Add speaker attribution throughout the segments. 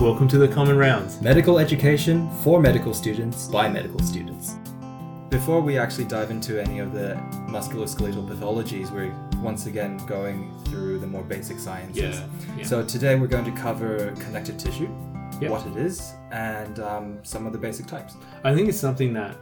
Speaker 1: Welcome to the Common Rounds.
Speaker 2: Medical education for medical students by medical students. Before we actually dive into any of the musculoskeletal pathologies, we're once again going through the more basic sciences.
Speaker 1: Yeah. yeah.
Speaker 2: So today we're going to cover connective tissue,
Speaker 1: Yeah.
Speaker 2: what it is, and um, some of the basic types.
Speaker 1: I think it's something that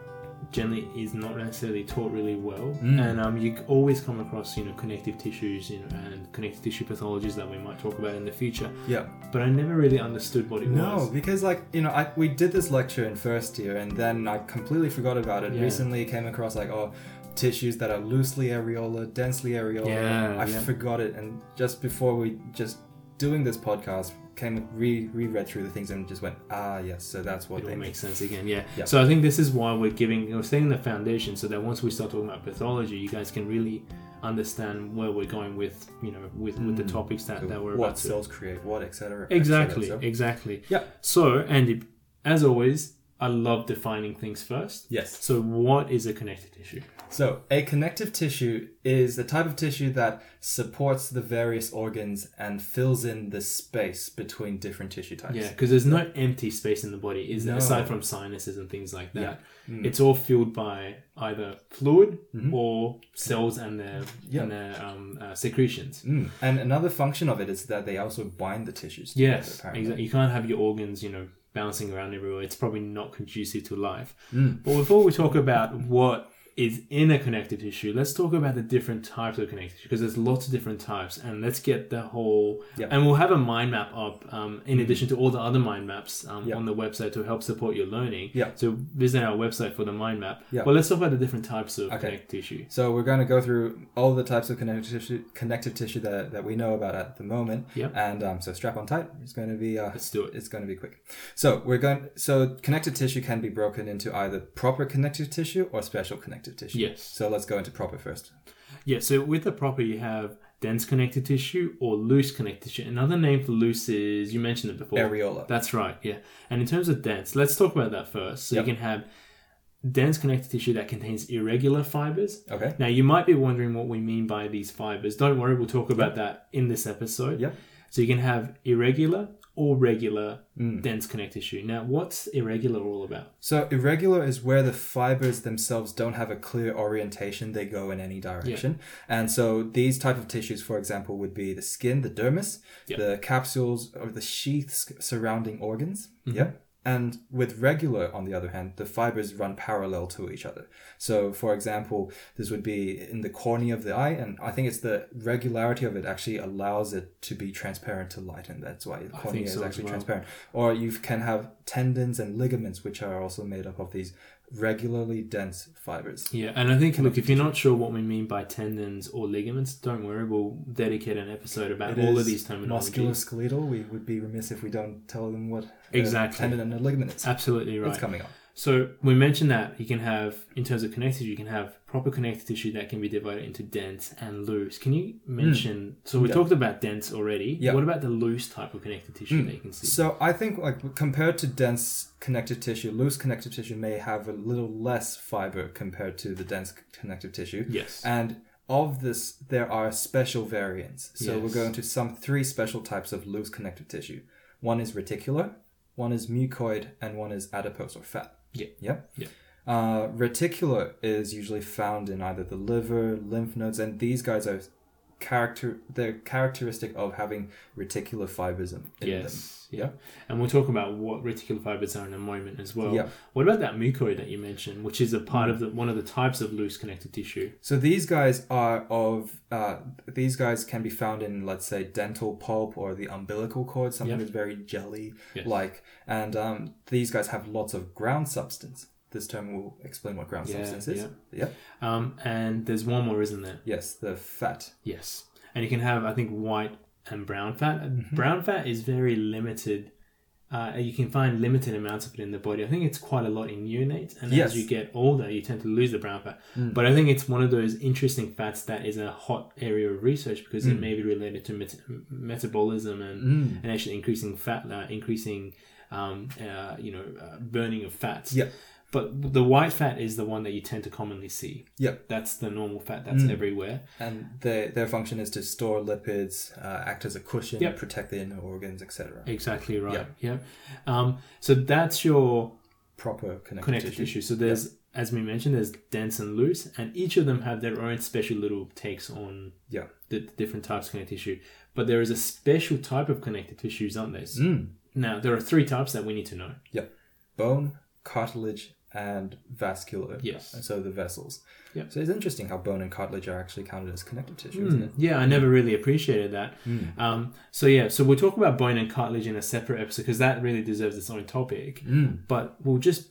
Speaker 1: generally is not necessarily taught really well,
Speaker 2: Mm.
Speaker 1: and um, you always come across you know connective tissues you know, and connective tissue pathologies that we might talk about in the future.
Speaker 2: Yeah.
Speaker 1: But I never really understood what it
Speaker 2: No,
Speaker 1: was.
Speaker 2: because like you know, I, we did this lecture in first year, and then I completely forgot about it.
Speaker 1: Yeah.
Speaker 2: Recently, came across like oh, tissues that are loosely areolar, densely areolar.
Speaker 1: Yeah,
Speaker 2: I
Speaker 1: yeah.
Speaker 2: forgot it, and just before we just doing this podcast, came re reread through the things and just went ah yes, so that's
Speaker 1: It
Speaker 2: what they
Speaker 1: all
Speaker 2: mean.
Speaker 1: makes sense again, yeah.
Speaker 2: Yeah.
Speaker 1: So I think this is why we're giving, we're setting the foundation so that once we start talking about pathology, you guys can really understand where we're going with, you know, with, with the
Speaker 2: Mm.
Speaker 1: topics that,
Speaker 2: So
Speaker 1: that we're
Speaker 2: what
Speaker 1: about to
Speaker 2: cells create what, etc.
Speaker 1: Exactly, exactly.
Speaker 2: Yeah.
Speaker 1: So, Andy, as always, I love defining things first.
Speaker 2: Yes.
Speaker 1: So, what is a connective tissue?
Speaker 2: So a connective tissue is the type of tissue that supports the various organs and fills in the space between different tissue types.
Speaker 1: Yeah, because there's no empty space in the body, is there?
Speaker 2: No.
Speaker 1: Aside from sinuses and things like that,
Speaker 2: Mm.
Speaker 1: it's all filled by either fluid
Speaker 2: Mhm.
Speaker 1: or cells and their
Speaker 2: Yeah.
Speaker 1: and their um, uh, secretions.
Speaker 2: Mm. And another function of it is that they also bind the tissues. together,
Speaker 1: Yes,
Speaker 2: apparently.
Speaker 1: exactly. You can't have your organs, you know, bouncing around everywhere. It's probably not conducive to life.
Speaker 2: Mm.
Speaker 1: But before we talk about what is in a connective tissue, let's talk about the different types of connective tissue because there's lots of different types, and let's get the whole.
Speaker 2: Yeah. Hmm.
Speaker 1: And we'll have a mind map up um, in addition to all the other mind maps um,
Speaker 2: Yeah.
Speaker 1: on the website to help support your learning.
Speaker 2: Yeah.
Speaker 1: So visit our website for the mind map.
Speaker 2: Yeah.
Speaker 1: But let's talk about the different types of
Speaker 2: Okay.
Speaker 1: connective tissue.
Speaker 2: So we're going to go through all the types of connective tissue, connective tissue that, that we know about at the moment.
Speaker 1: Yeah.
Speaker 2: And um, so strap on tight. It's going to be uh,
Speaker 1: Let's do it.
Speaker 2: it's going to be quick. So we're going. So connective tissue can be broken into either proper connective tissue or special connective tissue.
Speaker 1: Yes.
Speaker 2: So let's go into proper first.
Speaker 1: Yeah, so with the proper, you have dense connective tissue or loose connective tissue. Another name for loose is, you mentioned it before.
Speaker 2: Areola.
Speaker 1: That's right, yeah. And in terms of dense, let's talk about that first. So
Speaker 2: Yep.
Speaker 1: you can have dense connective tissue that contains irregular fibers.
Speaker 2: Okay.
Speaker 1: Now, you might be wondering what we mean by these fibers. Don't worry, we'll talk about that in this episode.
Speaker 2: Yep.
Speaker 1: So you can have irregular or regular
Speaker 2: Mm.
Speaker 1: dense connective tissue. Now, what's irregular all about?
Speaker 2: So irregular is where the fibers themselves don't have a clear orientation; they go in any direction. And so these type of tissues, for example, would be the skin, the dermis,
Speaker 1: Yeah.
Speaker 2: the capsules or the sheaths surrounding organs.
Speaker 1: Mm-hmm.
Speaker 2: Yeah. And with regular, on the other hand, the fibers run parallel to each other. So, for example, this would be in the cornea of the eye, and I think it's the regularity of it actually allows it to be transparent to light, and that's why the cornea
Speaker 1: so
Speaker 2: is
Speaker 1: as
Speaker 2: actually
Speaker 1: well.
Speaker 2: transparent transparent. Or you can have tendons and ligaments, which are also made up of these regularly dense fibers.
Speaker 1: Yeah, and I think, look, if you're not sure what we mean by tendons or ligaments, don't worry, we'll dedicate an episode about all of these terminologies.
Speaker 2: musculoskeletal. We would be remiss if we don't tell them what a
Speaker 1: Exactly.
Speaker 2: tendon and a ligament is.
Speaker 1: Absolutely right.
Speaker 2: It's coming up.
Speaker 1: So we mentioned that you can have, in terms of connective, tissue, you can have proper connective tissue that can be divided into dense and loose. Can you mention? So we
Speaker 2: Hmm. Yeah.
Speaker 1: talked about dense already.
Speaker 2: Yeah. Hmm.
Speaker 1: What about the loose type of connective tissue that you can see?
Speaker 2: So I think like compared to dense connective tissue, loose connective tissue may have a little less fiber compared to the dense connective tissue.
Speaker 1: yes.
Speaker 2: And of this, there are special variants. So
Speaker 1: Yes.
Speaker 2: we're going to some three special types of loose connective tissue. One is reticular, one is mucoid, and one is adipose or fat.
Speaker 1: Yeah.
Speaker 2: Yep.
Speaker 1: Yeah.
Speaker 2: Uh, reticular is usually found in either the liver, lymph nodes, and these guys are character. They're characteristic of having reticular fibers in, in them.
Speaker 1: yes.
Speaker 2: Yeah.
Speaker 1: And we'll talk about what reticular fibers are in a moment as well.
Speaker 2: Yeah.
Speaker 1: What about that mucoid that you mentioned, which is a part of the one of the types of loose connective tissue?
Speaker 2: So these guys are of uh, these guys can be found in let's say dental pulp or the umbilical cord, something
Speaker 1: Yep.
Speaker 2: that's very jelly
Speaker 1: Yes.
Speaker 2: like, and um, these guys have lots of ground substance. This term will explain what ground
Speaker 1: Yeah,
Speaker 2: substance is.
Speaker 1: yeah.
Speaker 2: Yep.
Speaker 1: Um, and there's one more, isn't there?
Speaker 2: Yes, the fat.
Speaker 1: Yes. And you can have, I think, white and brown fat.
Speaker 2: Mm-hmm.
Speaker 1: Brown fat is very limited. Uh, you can find limited amounts of it in the body. I think it's quite a lot in neonates. And
Speaker 2: Yes. Mm.
Speaker 1: as you get older, you tend to lose the brown fat. But I think it's one of those interesting fats that is a hot area of research because
Speaker 2: Mm.
Speaker 1: it may be related to met- metabolism and, and actually increasing fat, uh, increasing, um, uh, you know, uh, burning of fats.
Speaker 2: Yeah.
Speaker 1: But the white fat is the one that you tend to commonly see.
Speaker 2: Yep.
Speaker 1: That's the normal fat that's
Speaker 2: Mm.
Speaker 1: everywhere.
Speaker 2: And their their function is to store lipids, uh, act as a cushion,
Speaker 1: Yep.
Speaker 2: protect the inner organs, etc.
Speaker 1: Exactly right.
Speaker 2: Yeah.
Speaker 1: Yep. Um, so that's your
Speaker 2: Proper connective,
Speaker 1: connective tissue.
Speaker 2: tissue.
Speaker 1: So there's, as we mentioned, there's dense and loose, and each of them have their own special little takes on
Speaker 2: Yeah.
Speaker 1: the different types of connective tissue. But there is a special type of connective tissues, aren't there?
Speaker 2: Mm.
Speaker 1: Now there are three types that we need to know.
Speaker 2: Bone, cartilage, and vascular.
Speaker 1: Yes.
Speaker 2: And so the vessels.
Speaker 1: Yep.
Speaker 2: So it's interesting how bone and cartilage are actually counted as connective tissue,
Speaker 1: Mm,
Speaker 2: isn't it?
Speaker 1: Yeah, I never really appreciated that.
Speaker 2: Mm.
Speaker 1: Um, so yeah, so we'll talk about bone and cartilage in a separate episode because that really deserves its own topic.
Speaker 2: Mm.
Speaker 1: But we'll just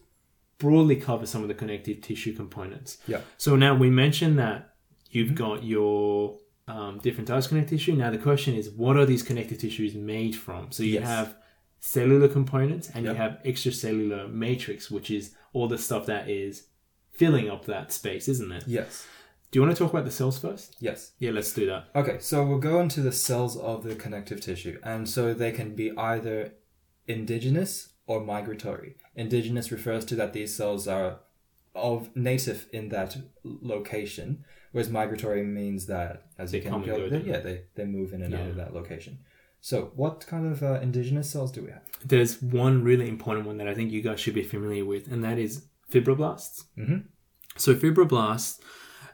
Speaker 1: broadly cover some of the connective tissue components.
Speaker 2: Yeah.
Speaker 1: So now we mentioned that you've got your um, different types of connective tissue. Now the question is, what are these connective tissues made from? So you
Speaker 2: Yes.
Speaker 1: have cellular components and
Speaker 2: Yep.
Speaker 1: you have extracellular matrix, which is all the stuff that is filling up that space, isn't it?
Speaker 2: Yes.
Speaker 1: Do you want to talk about the cells first?
Speaker 2: Yes.
Speaker 1: Yeah, let's do that.
Speaker 2: Okay, so we'll go into the cells of the connective tissue, and so they can be either indigenous or migratory. Indigenous refers to that these cells are of native in that location, whereas migratory means that as you
Speaker 1: They
Speaker 2: can
Speaker 1: come and
Speaker 2: go,
Speaker 1: go,
Speaker 2: they,
Speaker 1: don't they?
Speaker 2: yeah, they, they move in and out of
Speaker 1: Yeah.
Speaker 2: that location. So, what kind of uh, indigenous cells do we have?
Speaker 1: there's one really important one that I think you guys should be familiar with, and that is fibroblasts.
Speaker 2: Mhm.
Speaker 1: So fibroblasts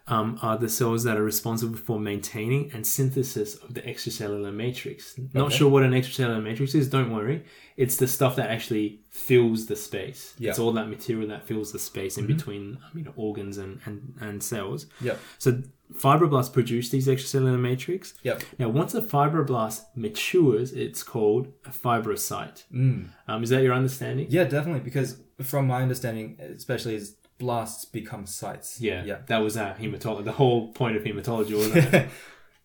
Speaker 1: um, are the cells that are responsible for maintaining and synthesis of the extracellular matrix. Not
Speaker 2: Okay.
Speaker 1: sure what an extracellular matrix is. Don't worry, it's the stuff that actually fills the space.
Speaker 2: Yeah. Mm-hmm.
Speaker 1: It's all that material that fills the space in between um, you know organs and and, and cells.
Speaker 2: Yep,
Speaker 1: So fibroblasts produce these extracellular matrix.
Speaker 2: yep.
Speaker 1: Now, once a fibroblast matures, it's called a fibrocyte.
Speaker 2: Mm.
Speaker 1: Um, is that your understanding?
Speaker 2: Yeah, definitely, because from my understanding, especially as blasts become sites.
Speaker 1: Yeah,
Speaker 2: Yeah,
Speaker 1: that was our hematology. The whole point of hematology, wasn't it?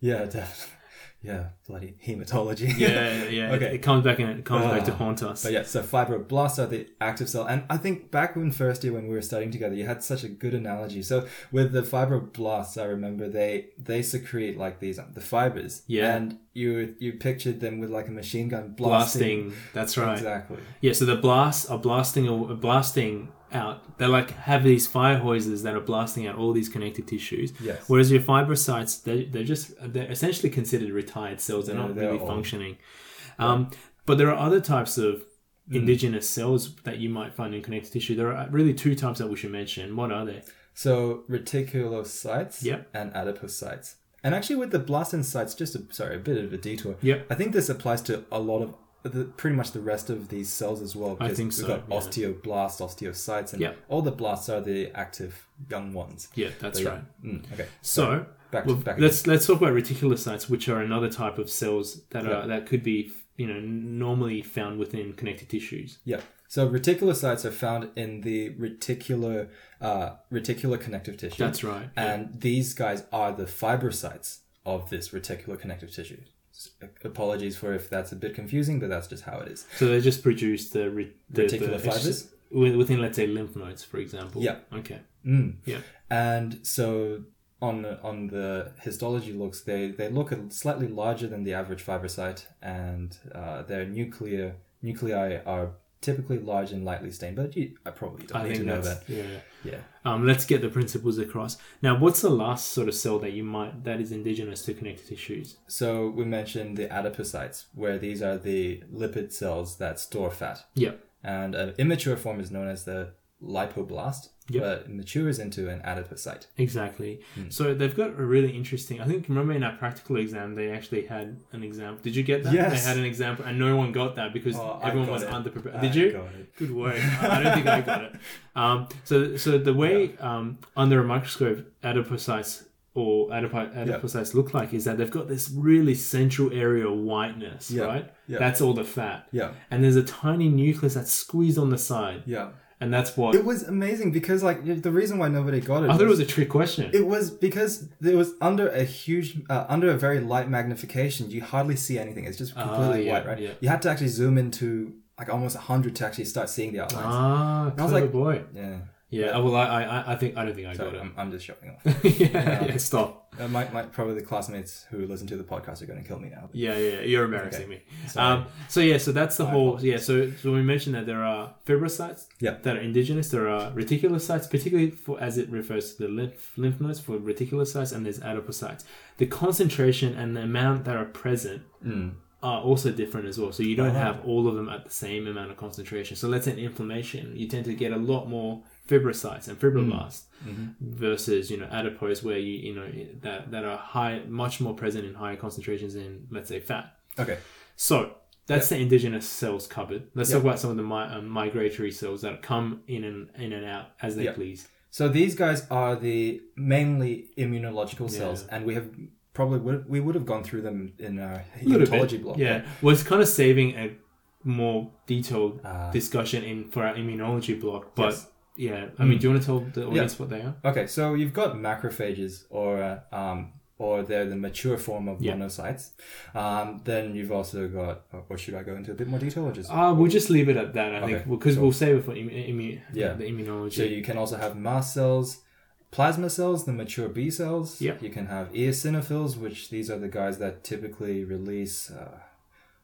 Speaker 2: yeah, definitely. Yeah, bloody hematology.
Speaker 1: yeah, yeah.
Speaker 2: Okay.
Speaker 1: It, it comes back and it comes back to
Speaker 2: Ah,
Speaker 1: haunt us.
Speaker 2: But yeah, so fibroblasts are the active cell, and I think back when first year when we were studying together, you had such a good analogy. So with the fibroblasts, I remember they they secrete like these the fibers,
Speaker 1: Yeah.
Speaker 2: and you you pictured them with like a machine gun blasting,
Speaker 1: blasting. That's right.
Speaker 2: exactly,
Speaker 1: Yeah. So the blasts are blasting, are blasting out. They like have these fire hoses that are blasting out all these connective tissues.
Speaker 2: yes,
Speaker 1: Whereas your fibrocytes, they, they're just they're essentially considered retired cells. They're
Speaker 2: Yeah,
Speaker 1: not
Speaker 2: they're
Speaker 1: really
Speaker 2: old.
Speaker 1: functioning. Um, But there are other types of
Speaker 2: Mm.
Speaker 1: indigenous cells that you might find in connective tissue. There are really two types that we should mention. What are they?
Speaker 2: so reticulocytes,
Speaker 1: Yep.
Speaker 2: and adipocytes. And actually, with the blastocytes, just a, sorry, a bit of a detour.
Speaker 1: Yep.
Speaker 2: I think this applies to a lot of the, pretty much the rest of these cells as well.
Speaker 1: I
Speaker 2: because
Speaker 1: think
Speaker 2: we've
Speaker 1: so,
Speaker 2: got
Speaker 1: yeah.
Speaker 2: osteoblasts, osteocytes, and
Speaker 1: Yep.
Speaker 2: all the blasts are the active young ones.
Speaker 1: Yeah, that's
Speaker 2: But yeah.
Speaker 1: right.
Speaker 2: Mm, okay.
Speaker 1: So
Speaker 2: Back to
Speaker 1: well,
Speaker 2: back.
Speaker 1: let's let's talk about reticulocytes, which are another type of cells that
Speaker 2: Yeah.
Speaker 1: are that could be you know normally found within connective tissues.
Speaker 2: Yeah. So reticulocytes are found in the reticular uh, reticular connective tissue.
Speaker 1: That's right.
Speaker 2: And these guys are the fibrocytes of this reticular connective tissue. S- Apologies for if that's a bit confusing, but that's just how it is.
Speaker 1: So they just produce the, re- the the-
Speaker 2: Reticular fibers?
Speaker 1: wi- within, let's say, lymph nodes, for example.
Speaker 2: Yeah.
Speaker 1: Okay.
Speaker 2: Mm.
Speaker 1: Yeah.
Speaker 2: And so on on the histology looks, they they look at slightly larger than the average fibrocyte, and uh, their nuclear nuclei are typically large and lightly stained. But you, I probably don't
Speaker 1: I
Speaker 2: need to
Speaker 1: think
Speaker 2: know
Speaker 1: that's
Speaker 2: that.
Speaker 1: yeah.
Speaker 2: Yeah.
Speaker 1: Um, let's get the principles across. Now, what's the last sort of cell that you might that is indigenous to connective tissues?
Speaker 2: So we mentioned the adipocytes, where these are the lipid cells that store fat,
Speaker 1: Yeah.
Speaker 2: and an immature form is known as the lipoblast,
Speaker 1: Yep.
Speaker 2: but it matures into an adipocyte.
Speaker 1: Exactly.
Speaker 2: Hmm.
Speaker 1: So they've got a really interesting. I think remember in our practical exam they actually had an example. Did you get that?
Speaker 2: Yes.
Speaker 1: They had an example, and no one got that because
Speaker 2: Oh, I
Speaker 1: everyone
Speaker 2: got
Speaker 1: was
Speaker 2: it.
Speaker 1: underprepared.
Speaker 2: I
Speaker 1: Did you?
Speaker 2: got it.
Speaker 1: Good work. I I don't think I got it. Um, so so the way um, under a microscope adipocytes or adipo- adipocytes look like is that they've got this really central area of whiteness,
Speaker 2: Yeah.
Speaker 1: right?
Speaker 2: Yeah.
Speaker 1: That's all the fat.
Speaker 2: Yeah.
Speaker 1: And there's a tiny nucleus that's squeezed on the side,
Speaker 2: Yeah.
Speaker 1: and that's what
Speaker 2: It was amazing because like the reason why nobody got it.
Speaker 1: I thought it was a trick question.
Speaker 2: It was because it was under a huge, uh, under a very light magnification. You hardly see anything. It's just completely
Speaker 1: Ah, yeah,
Speaker 2: white, right?
Speaker 1: yeah.
Speaker 2: You had to actually zoom into like almost hundred to actually start seeing the outlines.
Speaker 1: ah,
Speaker 2: I was
Speaker 1: clever
Speaker 2: like-
Speaker 1: boy.
Speaker 2: yeah,
Speaker 1: Yeah, well, I, I, I think I don't think I
Speaker 2: so
Speaker 1: got
Speaker 2: I'm, I'm just showing off.
Speaker 1: it. yeah, yeah, stop.
Speaker 2: Uh, my, my probably the classmates who listen to the podcast are going to kill me now.
Speaker 1: Yeah, yeah, you're embarrassing
Speaker 2: Okay.
Speaker 1: me.
Speaker 2: Sorry.
Speaker 1: Um, so yeah, so that's the
Speaker 2: My
Speaker 1: whole yeah. So, so we mentioned that there are fibrocytes
Speaker 2: Yeah.
Speaker 1: that are indigenous. There are reticulocytes, particularly for as it refers to the lymph, lymph nodes for reticulocytes, and there's adipocytes. The concentration and the amount that are present
Speaker 2: Mm.
Speaker 1: are also different as well. So you don't
Speaker 2: Oh.
Speaker 1: have all of them at the same amount of concentration. So let's say in inflammation, you tend to get a lot more fibrocytes and fibroblasts
Speaker 2: Mhm.
Speaker 1: versus you know adipose where you you know that that are high much more present in higher concentrations in let's say fat.
Speaker 2: Okay.
Speaker 1: So that's the indigenous cells covered. Let's
Speaker 2: Yeah.
Speaker 1: talk about some of the mi- um, migratory cells that come in and in and out as they
Speaker 2: Yeah.
Speaker 1: please.
Speaker 2: So these guys are the mainly immunological cells, and we have probably would, we would have gone through them in our
Speaker 1: Little
Speaker 2: hematology
Speaker 1: bit.
Speaker 2: block.
Speaker 1: Yeah, was kind of saving a more detailed
Speaker 2: Ah.
Speaker 1: discussion in for our immunology block. But
Speaker 2: Yes.
Speaker 1: Hmm. yeah, I mean, do you want to tell the audience what they are?
Speaker 2: Okay, so you've got macrophages, or uh, um, or they're the mature form of
Speaker 1: Yeah.
Speaker 2: monocytes. Um, then you've also got, or, or should I go into a bit more detail, or just
Speaker 1: Uh, we'll just leave it at that. I
Speaker 2: Okay,
Speaker 1: think because
Speaker 2: cool.
Speaker 1: we'll save it for Im- immu-
Speaker 2: Yeah.
Speaker 1: the immunology.
Speaker 2: So you can also have mast cells, plasma cells, the mature B cells.
Speaker 1: Yeah.
Speaker 2: You can have eosinophils, which these are the guys that typically release. Uh,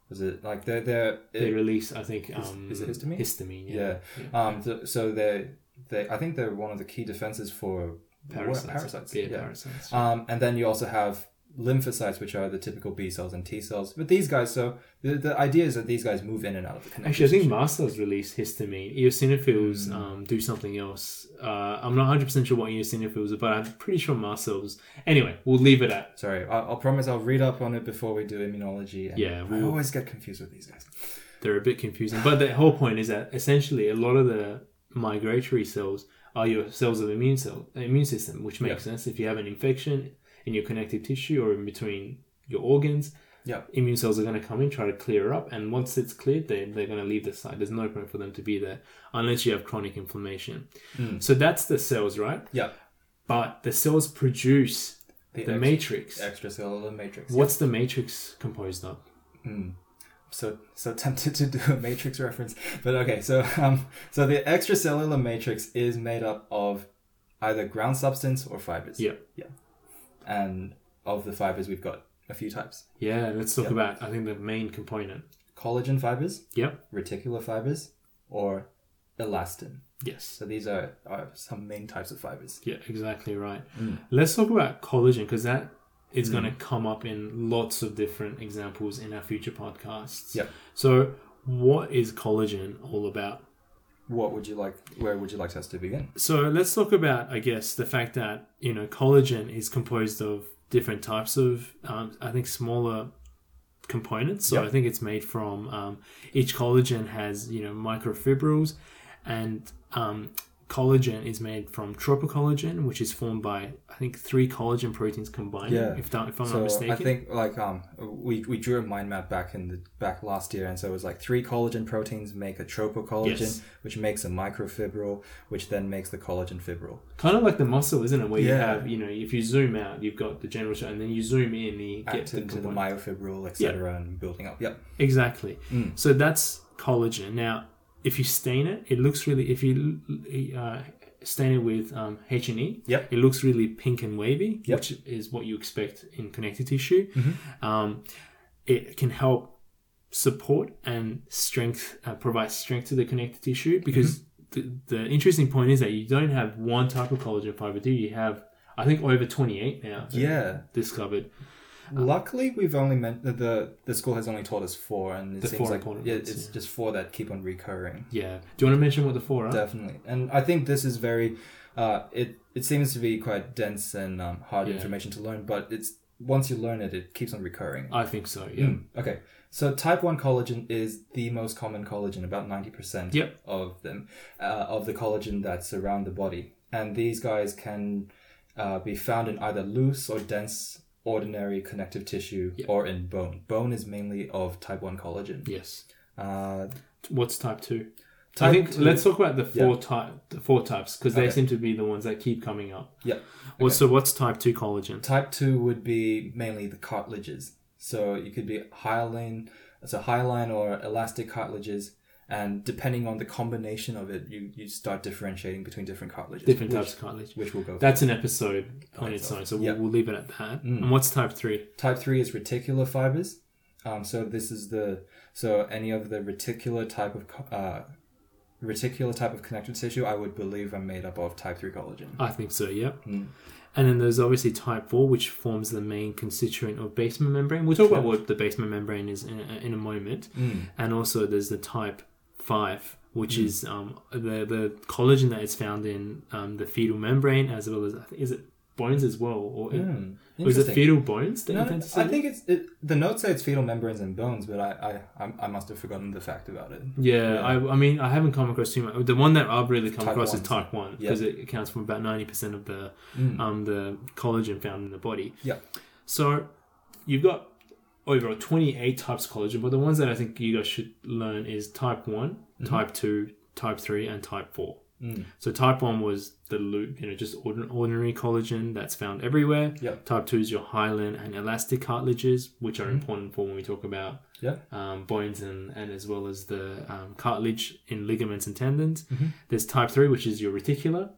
Speaker 2: was it like they're they're
Speaker 1: they release, I think, um,
Speaker 2: is it histamine?
Speaker 1: Histamine, yeah.
Speaker 2: yeah. Um. So, so they they I think they're one of the key defenses for
Speaker 1: Parasites,
Speaker 2: parasites.
Speaker 1: yeah, parasites.
Speaker 2: Um, and then you also have lymphocytes, which are the typical B cells and T cells. But these guys, so the, the idea is that these guys move in and out of the connection.
Speaker 1: Actually, I think mast cells release histamine. Eosinophils um, do something else. Uh, I'm not 100% sure what eosinophils are, but I'm pretty sure mast cells. Anyway, we'll leave it at.
Speaker 2: Sorry, I, I'll promise I'll read up on it before we do immunology. And
Speaker 1: Yeah,
Speaker 2: I
Speaker 1: we'll-
Speaker 2: always get confused with these guys.
Speaker 1: They're a bit confusing. But the whole point is that essentially a lot of the migratory cells are your cells of immune cell immune system, which makes sense. If you have an infection in your connective tissue or in between your organs,
Speaker 2: Yeah.
Speaker 1: immune cells are going to come in, try to clear up, and once it's cleared, they, they're going to leave the site. There's no point for them to be there unless you have chronic inflammation. So that's the cells, right?
Speaker 2: Yeah.
Speaker 1: But the cells produce the,
Speaker 2: ex-
Speaker 1: matrix.
Speaker 2: extracellular matrix.
Speaker 1: What's the matrix composed of?
Speaker 2: So so tempted to do a matrix reference, but okay. So um, so the extracellular matrix is made up of either ground substance or fibers.
Speaker 1: Yeah.
Speaker 2: Yeah. And of the fibers, we've got a few types:
Speaker 1: Yeah, let's talk about, I think, the main component.
Speaker 2: collagen fibers,
Speaker 1: Yep.
Speaker 2: reticular fibers, or elastin.
Speaker 1: Yes.
Speaker 2: So these are, are some main types of fibers.
Speaker 1: Yeah, Hmm. exactly right. Let's talk about collagen because that is going to come up in lots of different examples in our future podcasts.
Speaker 2: Yep.
Speaker 1: So, what is collagen all about?
Speaker 2: What would you like? Where would you like us to begin?
Speaker 1: So let's talk about, I guess, the fact that you know collagen is composed of different types of, um, I think, smaller components. So
Speaker 2: Yeah.
Speaker 1: I think it's made from um, each collagen has you know microfibrils, and um, collagen is made from tropocollagen, which is formed by I think three collagen proteins combined.
Speaker 2: Yeah.
Speaker 1: If, that, if I'm
Speaker 2: so
Speaker 1: not mistaken.
Speaker 2: I think like um we, we drew a mind map back in the back last year, and so it was like three collagen proteins make a tropocollagen,
Speaker 1: Yes.
Speaker 2: which makes a microfibril, which then makes the collagen fibril.
Speaker 1: kind of like the muscle, isn't it? Where you
Speaker 2: Yeah.
Speaker 1: have you know if you zoom out, you've got the general shot, and then you zoom in, and you get
Speaker 2: Act
Speaker 1: the
Speaker 2: into the
Speaker 1: component.
Speaker 2: myofibril, etc., and building up. Yep.
Speaker 1: Uh-huh. Exactly.
Speaker 2: Mm.
Speaker 1: So that's collagen. Now, if you stain it, it looks really. If you uh, stain it with um, H and E,
Speaker 2: Yep.
Speaker 1: it looks really pink and wavy,
Speaker 2: Yep. Mm-hmm.
Speaker 1: which is what you expect in connective tissue. Um, it can help support and strength uh, provide strength to the connective tissue because
Speaker 2: Mm-hmm.
Speaker 1: the, the interesting point is that you don't have one type of collagen fiber, do you? You have I think over twenty eight now. that
Speaker 2: Yeah.
Speaker 1: are discovered.
Speaker 2: Luckily, we've only meant that the the school has only taught us four, and it
Speaker 1: The
Speaker 2: seems
Speaker 1: four
Speaker 2: like
Speaker 1: important
Speaker 2: yeah,
Speaker 1: ones,
Speaker 2: it's
Speaker 1: yeah.
Speaker 2: just four that keep on recurring.
Speaker 1: Yeah. Do you want to mention what the four are?
Speaker 2: Definitely, and I think this is very. Uh, it it seems to be quite dense and um, hard
Speaker 1: Yeah.
Speaker 2: information to learn, but it's once you learn it, it keeps on recurring.
Speaker 1: I think so. Yeah.
Speaker 2: Mm, Okay, so type one collagen is the most common collagen, about ninety percent
Speaker 1: Yep.
Speaker 2: of them, uh, of the collagen that's around the body, and these guys can uh, be found in either loose or dense, ordinary connective tissue, or in bone. Bone is mainly of type one collagen.
Speaker 1: Yes.
Speaker 2: Uh,
Speaker 1: What's type two? I
Speaker 2: Type
Speaker 1: think
Speaker 2: two-
Speaker 1: let's talk about the four type the four types because they
Speaker 2: Okay.
Speaker 1: seem to be the ones that keep coming up.
Speaker 2: yeah.
Speaker 1: Well, so what's type two collagen?
Speaker 2: Type two would be mainly the cartilages. So you could be hyaline, so hyaline or elastic cartilages, and depending on the combination of it, you, you start differentiating between different cartilages.
Speaker 1: Different
Speaker 2: which,
Speaker 1: types of cartilage.
Speaker 2: Which we'll go.
Speaker 1: That's an episode on its
Speaker 2: itself.
Speaker 1: own, so we'll,
Speaker 2: Yeah. Mm.
Speaker 1: we'll leave it at that. And what's type three?
Speaker 2: Type three is reticular fibers. Um, so this is the so any of the reticular type of co- uh, reticular type of connective tissue, I would believe, are made up of type three collagen.
Speaker 1: I think so, yep.
Speaker 2: Mm.
Speaker 1: And then there's obviously type 4, which forms the main constituent of basement membrane. We'll talk about what the basement membrane is in, in a moment. And also there's the type 5, which
Speaker 2: Hmm.
Speaker 1: is um, the, the collagen that is found in um, the fetal membrane, as well as, I think, is it bones as well? Or
Speaker 2: Hmm,
Speaker 1: or is it
Speaker 2: interesting.
Speaker 1: fetal bones that
Speaker 2: No,
Speaker 1: you tend to see?
Speaker 2: I think it's it, the notes say it's fetal membranes and bones, but I, I I I must have forgotten the fact about it.
Speaker 1: Yeah,
Speaker 2: Yeah.
Speaker 1: I, I mean, I haven't come across too much. The one that I've really come
Speaker 2: Type
Speaker 1: across
Speaker 2: ones. Hmm.
Speaker 1: is type one because it accounts for about ninety percent of the um, the collagen found in the body.
Speaker 2: Yeah.
Speaker 1: So you've got overall twenty eight types of collagen, but the ones that I think you guys should learn is type one, type two, type three, and type four.
Speaker 2: Mm-hmm. Mm.
Speaker 1: So type one was the loop, you know, just ordin- ordinary collagen that's found everywhere.
Speaker 2: Yep. Mm-hmm.
Speaker 1: Type two is your hyaline and elastic cartilages, which are important for when we talk about
Speaker 2: Yeah.
Speaker 1: um, bones and, and as well as the um, cartilage in ligaments and tendons. There's type 3, which is your reticular,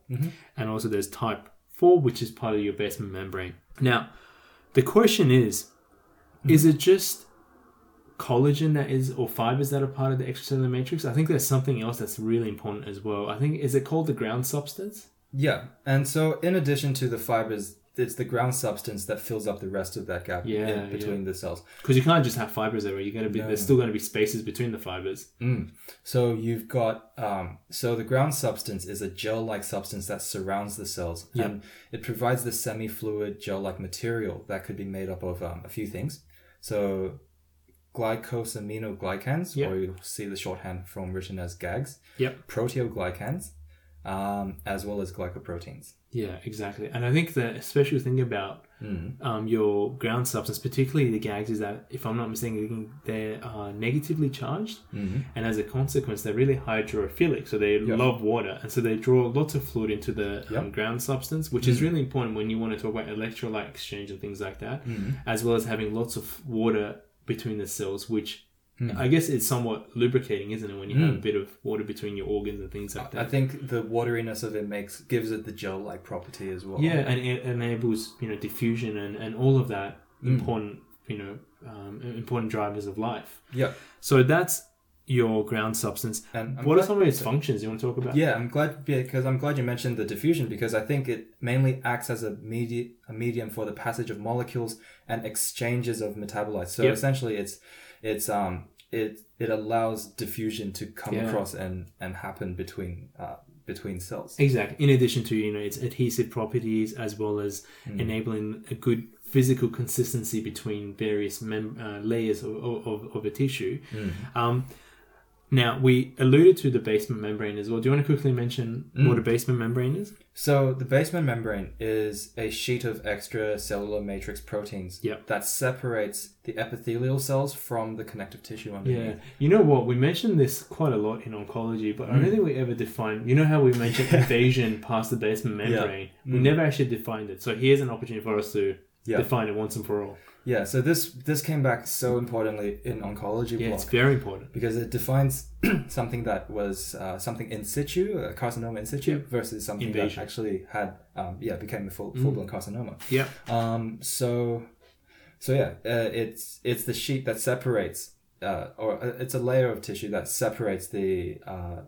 Speaker 1: and also there's type 4, which is part of your basement membrane. Now, the question is is it just collagen that is or fibers that are part of the extracellular matrix? I think there's something else that's really important as well. I think, is it called the ground substance?
Speaker 2: Yeah, and so in addition to the fibers, it's the ground substance that fills up the rest of that gap
Speaker 1: Yeah,
Speaker 2: in between the cells.
Speaker 1: Because you can't just have fibers everywhere. You're going to be, there's still going to be spaces between the fibers.
Speaker 2: Mm. So you've got um, so the ground substance is a gel-like substance that surrounds the cells, and it provides the semi-fluid gel-like material that could be made up of um, a few things. So glycosaminoglycans,
Speaker 1: Yeah.
Speaker 2: or you'll see the shorthand from written as GAGs,
Speaker 1: Yep.
Speaker 2: proteoglycans, um, as well as glycoproteins.
Speaker 1: Yeah, exactly. And I think the special thing about
Speaker 2: Hmm.
Speaker 1: um, your ground substance, particularly the gags, is that if I'm not mistaken, they are negatively charged,
Speaker 2: Mm-hmm.
Speaker 1: and as a consequence, they're really hydrophilic. So they love water, and so they draw lots of fluid into the um, ground substance, which
Speaker 2: Mm.
Speaker 1: is really important when you want to talk about electrolyte exchange and things like that,
Speaker 2: Mm-hmm.
Speaker 1: as well as having lots of water between the cells, which
Speaker 2: Mm.
Speaker 1: I guess is somewhat lubricating, isn't it? When you have a bit of water between your organs and things like that.
Speaker 2: I think the wateriness of it makes gives it the gel-like property as well.
Speaker 1: yeah and it enables you know diffusion and, and all of that
Speaker 2: Hmm.
Speaker 1: important you know um, important drivers of life
Speaker 2: yeah.
Speaker 1: so that's your ground substance
Speaker 2: And I'm
Speaker 1: what are
Speaker 2: glad-
Speaker 1: some of its functions you want to talk about
Speaker 2: Yeah, I'm glad because I'm glad you mentioned the diffusion because I think it mainly acts as a media a medium for the passage of molecules and exchanges of metabolites. So
Speaker 1: Yep.
Speaker 2: essentially, it's it's um it it allows diffusion to come
Speaker 1: Yeah.
Speaker 2: across and and happen between uh between cells.
Speaker 1: exactly in addition to you know its adhesive properties as well as
Speaker 2: Hmm.
Speaker 1: enabling a good physical consistency between various mem- uh, layers of, of, of a tissue
Speaker 2: Hmm.
Speaker 1: um, now we alluded to the basement membrane as well do you want to quickly mention
Speaker 2: Hmm.
Speaker 1: what a basement membrane is
Speaker 2: So the basement membrane is a sheet of extracellular matrix proteins
Speaker 1: Yep.
Speaker 2: that separates the epithelial cells from the connective tissue
Speaker 1: Yeah,
Speaker 2: underneath.
Speaker 1: you know what? We mentioned this quite a lot in oncology, but I don't think we ever defined. You know how we mentioned invasion past the basement membrane. We never actually defined it. So here's an opportunity for us to
Speaker 2: Yeah.
Speaker 1: define it once and for all.
Speaker 2: Yeah, so this this came back so importantly in oncology
Speaker 1: Yeah,
Speaker 2: block.
Speaker 1: it's very important.
Speaker 2: because it defines something that was uh, something in situ, uh, carcinoma in situ, versus something
Speaker 1: Invasion. Mm.
Speaker 2: that actually had, um, yeah, became a full full blown carcinoma.
Speaker 1: Yeah,
Speaker 2: Um, so, so yeah, uh, it's it's the sheet that separates, uh, or uh, it's a layer of tissue that separates the uh,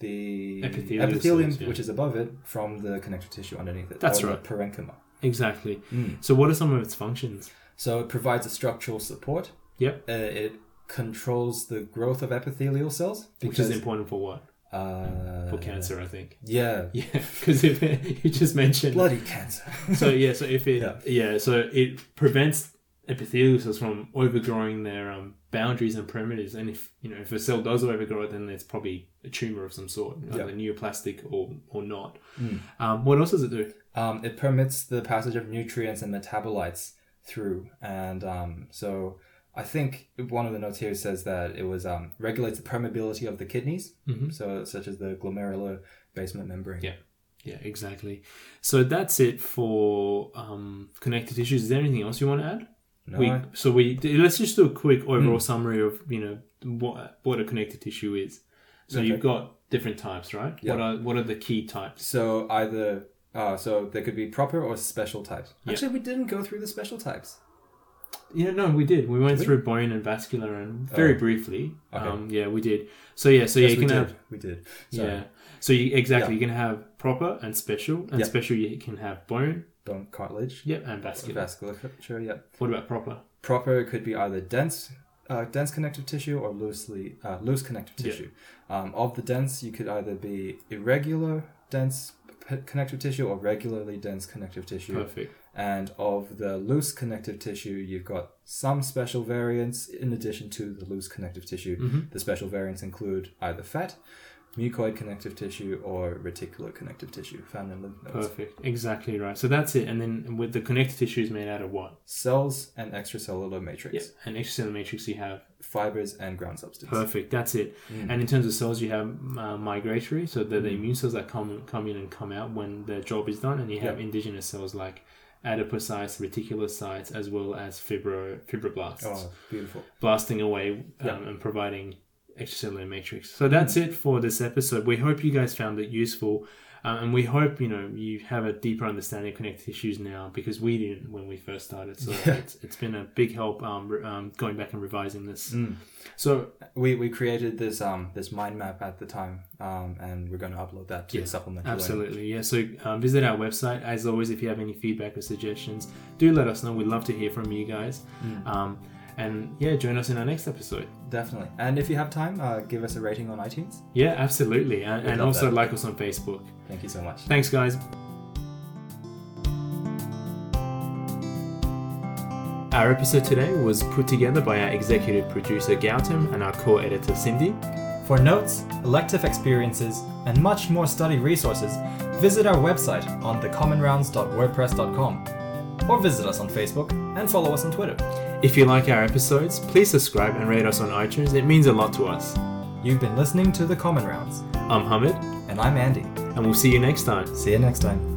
Speaker 2: the
Speaker 1: Epithelial cells, yeah.
Speaker 2: which is above it, from the connective tissue underneath it.
Speaker 1: That's
Speaker 2: or
Speaker 1: right.
Speaker 2: The parenchyma. Hmm.
Speaker 1: exactly. So what are some of its functions?
Speaker 2: So it provides a structural support.
Speaker 1: Yep,
Speaker 2: Uh, it controls the growth of epithelial cells
Speaker 1: which is important for what?
Speaker 2: Uh,
Speaker 1: For cancer, I think.
Speaker 2: Yeah.
Speaker 1: Yeah, because if you just mentioned
Speaker 2: Bloody cancer.
Speaker 1: so yeah, so if it
Speaker 2: Yeah.
Speaker 1: yeah. so it prevents epithelial cells from overgrowing their um, boundaries and perimeters. And if you know if a cell does overgrow it, then it's probably a tumor of some sort,
Speaker 2: Yeah. Mm.
Speaker 1: either neoplastic or or not. Um, what else does it do?
Speaker 2: um, it permits the passage of nutrients and metabolites through, and um, so I think one of the notes here says that it was um, regulates the permeability of the kidneys, so such as the glomerular basement membrane.
Speaker 1: Mm-hmm. Yeah. Yeah, exactly. So that's it for um, connective tissues. Is there anything else you want to add?
Speaker 2: No, Mm.
Speaker 1: we,
Speaker 2: I-
Speaker 1: so we let's just do a quick overall summary of you know what what a connective tissue is. So
Speaker 2: Okay.
Speaker 1: you've got different types, right?
Speaker 2: Yeah.
Speaker 1: What are what are the key types?
Speaker 2: So either uh, so there could be proper or special types.
Speaker 1: Yeah.
Speaker 2: Actually, we didn't go through the special types.
Speaker 1: Yeah, no, we did. We went
Speaker 2: Did we?
Speaker 1: through bone and vascular and very
Speaker 2: Oh.
Speaker 1: briefly.
Speaker 2: Okay.
Speaker 1: Um, yeah, we did. So yeah, so yeah,
Speaker 2: Yes,
Speaker 1: you
Speaker 2: we
Speaker 1: can
Speaker 2: did.
Speaker 1: have
Speaker 2: we did. So,
Speaker 1: yeah. So you exactly
Speaker 2: Yeah.
Speaker 1: you can have proper and special, and
Speaker 2: Yeah.
Speaker 1: special you can have bone,
Speaker 2: Bone cartilage,
Speaker 1: yep, and vascular.
Speaker 2: vascular vasculature. Yeah.
Speaker 1: What about proper?
Speaker 2: Proper could be either dense. Uh, dense connective tissue or loosely uh, loose connective
Speaker 1: Yeah.
Speaker 2: tissue. Um, of the dense, you could either be irregular dense p- connective tissue or regularly dense connective tissue.
Speaker 1: Perfect.
Speaker 2: And of the loose connective tissue, you've got some special variants in addition to the loose connective tissue.
Speaker 1: Mm.
Speaker 2: The special variants include either fat, mucoid connective tissue, or reticular connective tissue found in lymph nodes.
Speaker 1: Perfect. Exactly right. So that's it. And then with the connective tissue is made out of what?
Speaker 2: Cells and extracellular matrix,
Speaker 1: Yep. And extracellular matrix you have.
Speaker 2: fibers and ground substance. Mm.
Speaker 1: Perfect. That's it. And in terms of cells, you have uh, migratory, so they're the
Speaker 2: Mm-hmm.
Speaker 1: immune cells that come come in and come out when the job is done, and you have
Speaker 2: Yeah.
Speaker 1: indigenous cells like adipocytes, reticulocytes, as well as fibro fibroblasts,
Speaker 2: Oh, beautiful.
Speaker 1: blasting away um,
Speaker 2: Yeah. Mm-hmm.
Speaker 1: and providing extracellular matrix. So that's it for this episode. We hope you guys found it useful. Um, and we hope you know you have a deeper understanding of connective tissues now because we didn't when we first started. So it's, it's been a big help um, re- um, going back and revising this. So
Speaker 2: We, we created this um this mind map at the time, um, and we're going to upload that to
Speaker 1: Yeah,
Speaker 2: supplement.
Speaker 1: Absolutely, yeah. So um, visit our website. As always, if you have any feedback or suggestions, do let us know. We'd love to hear from you guys.
Speaker 2: Mm.
Speaker 1: Um, and yeah, join us in our next episode.
Speaker 2: Definitely. And if you have time, uh, give us a rating on iTunes.
Speaker 1: Yeah, absolutely. And, and
Speaker 2: love
Speaker 1: also
Speaker 2: that.
Speaker 1: like us on Facebook.
Speaker 2: Thank you so much.
Speaker 1: Thanks, guys. Our episode today was put together by our executive producer Gautam and our core editor Cindy.
Speaker 2: For notes, elective experiences, and much more study resources, visit our website on thecommonrounds.wordpress.com or visit us on Facebook and follow us on Twitter.
Speaker 1: If you like our episodes, please subscribe and rate us on iTunes. It means a lot to us.
Speaker 2: You've been listening to The Common Rounds,
Speaker 1: I'm Hamid,
Speaker 2: and I'm Andy.
Speaker 1: and we'll see you next time.
Speaker 2: See you next time.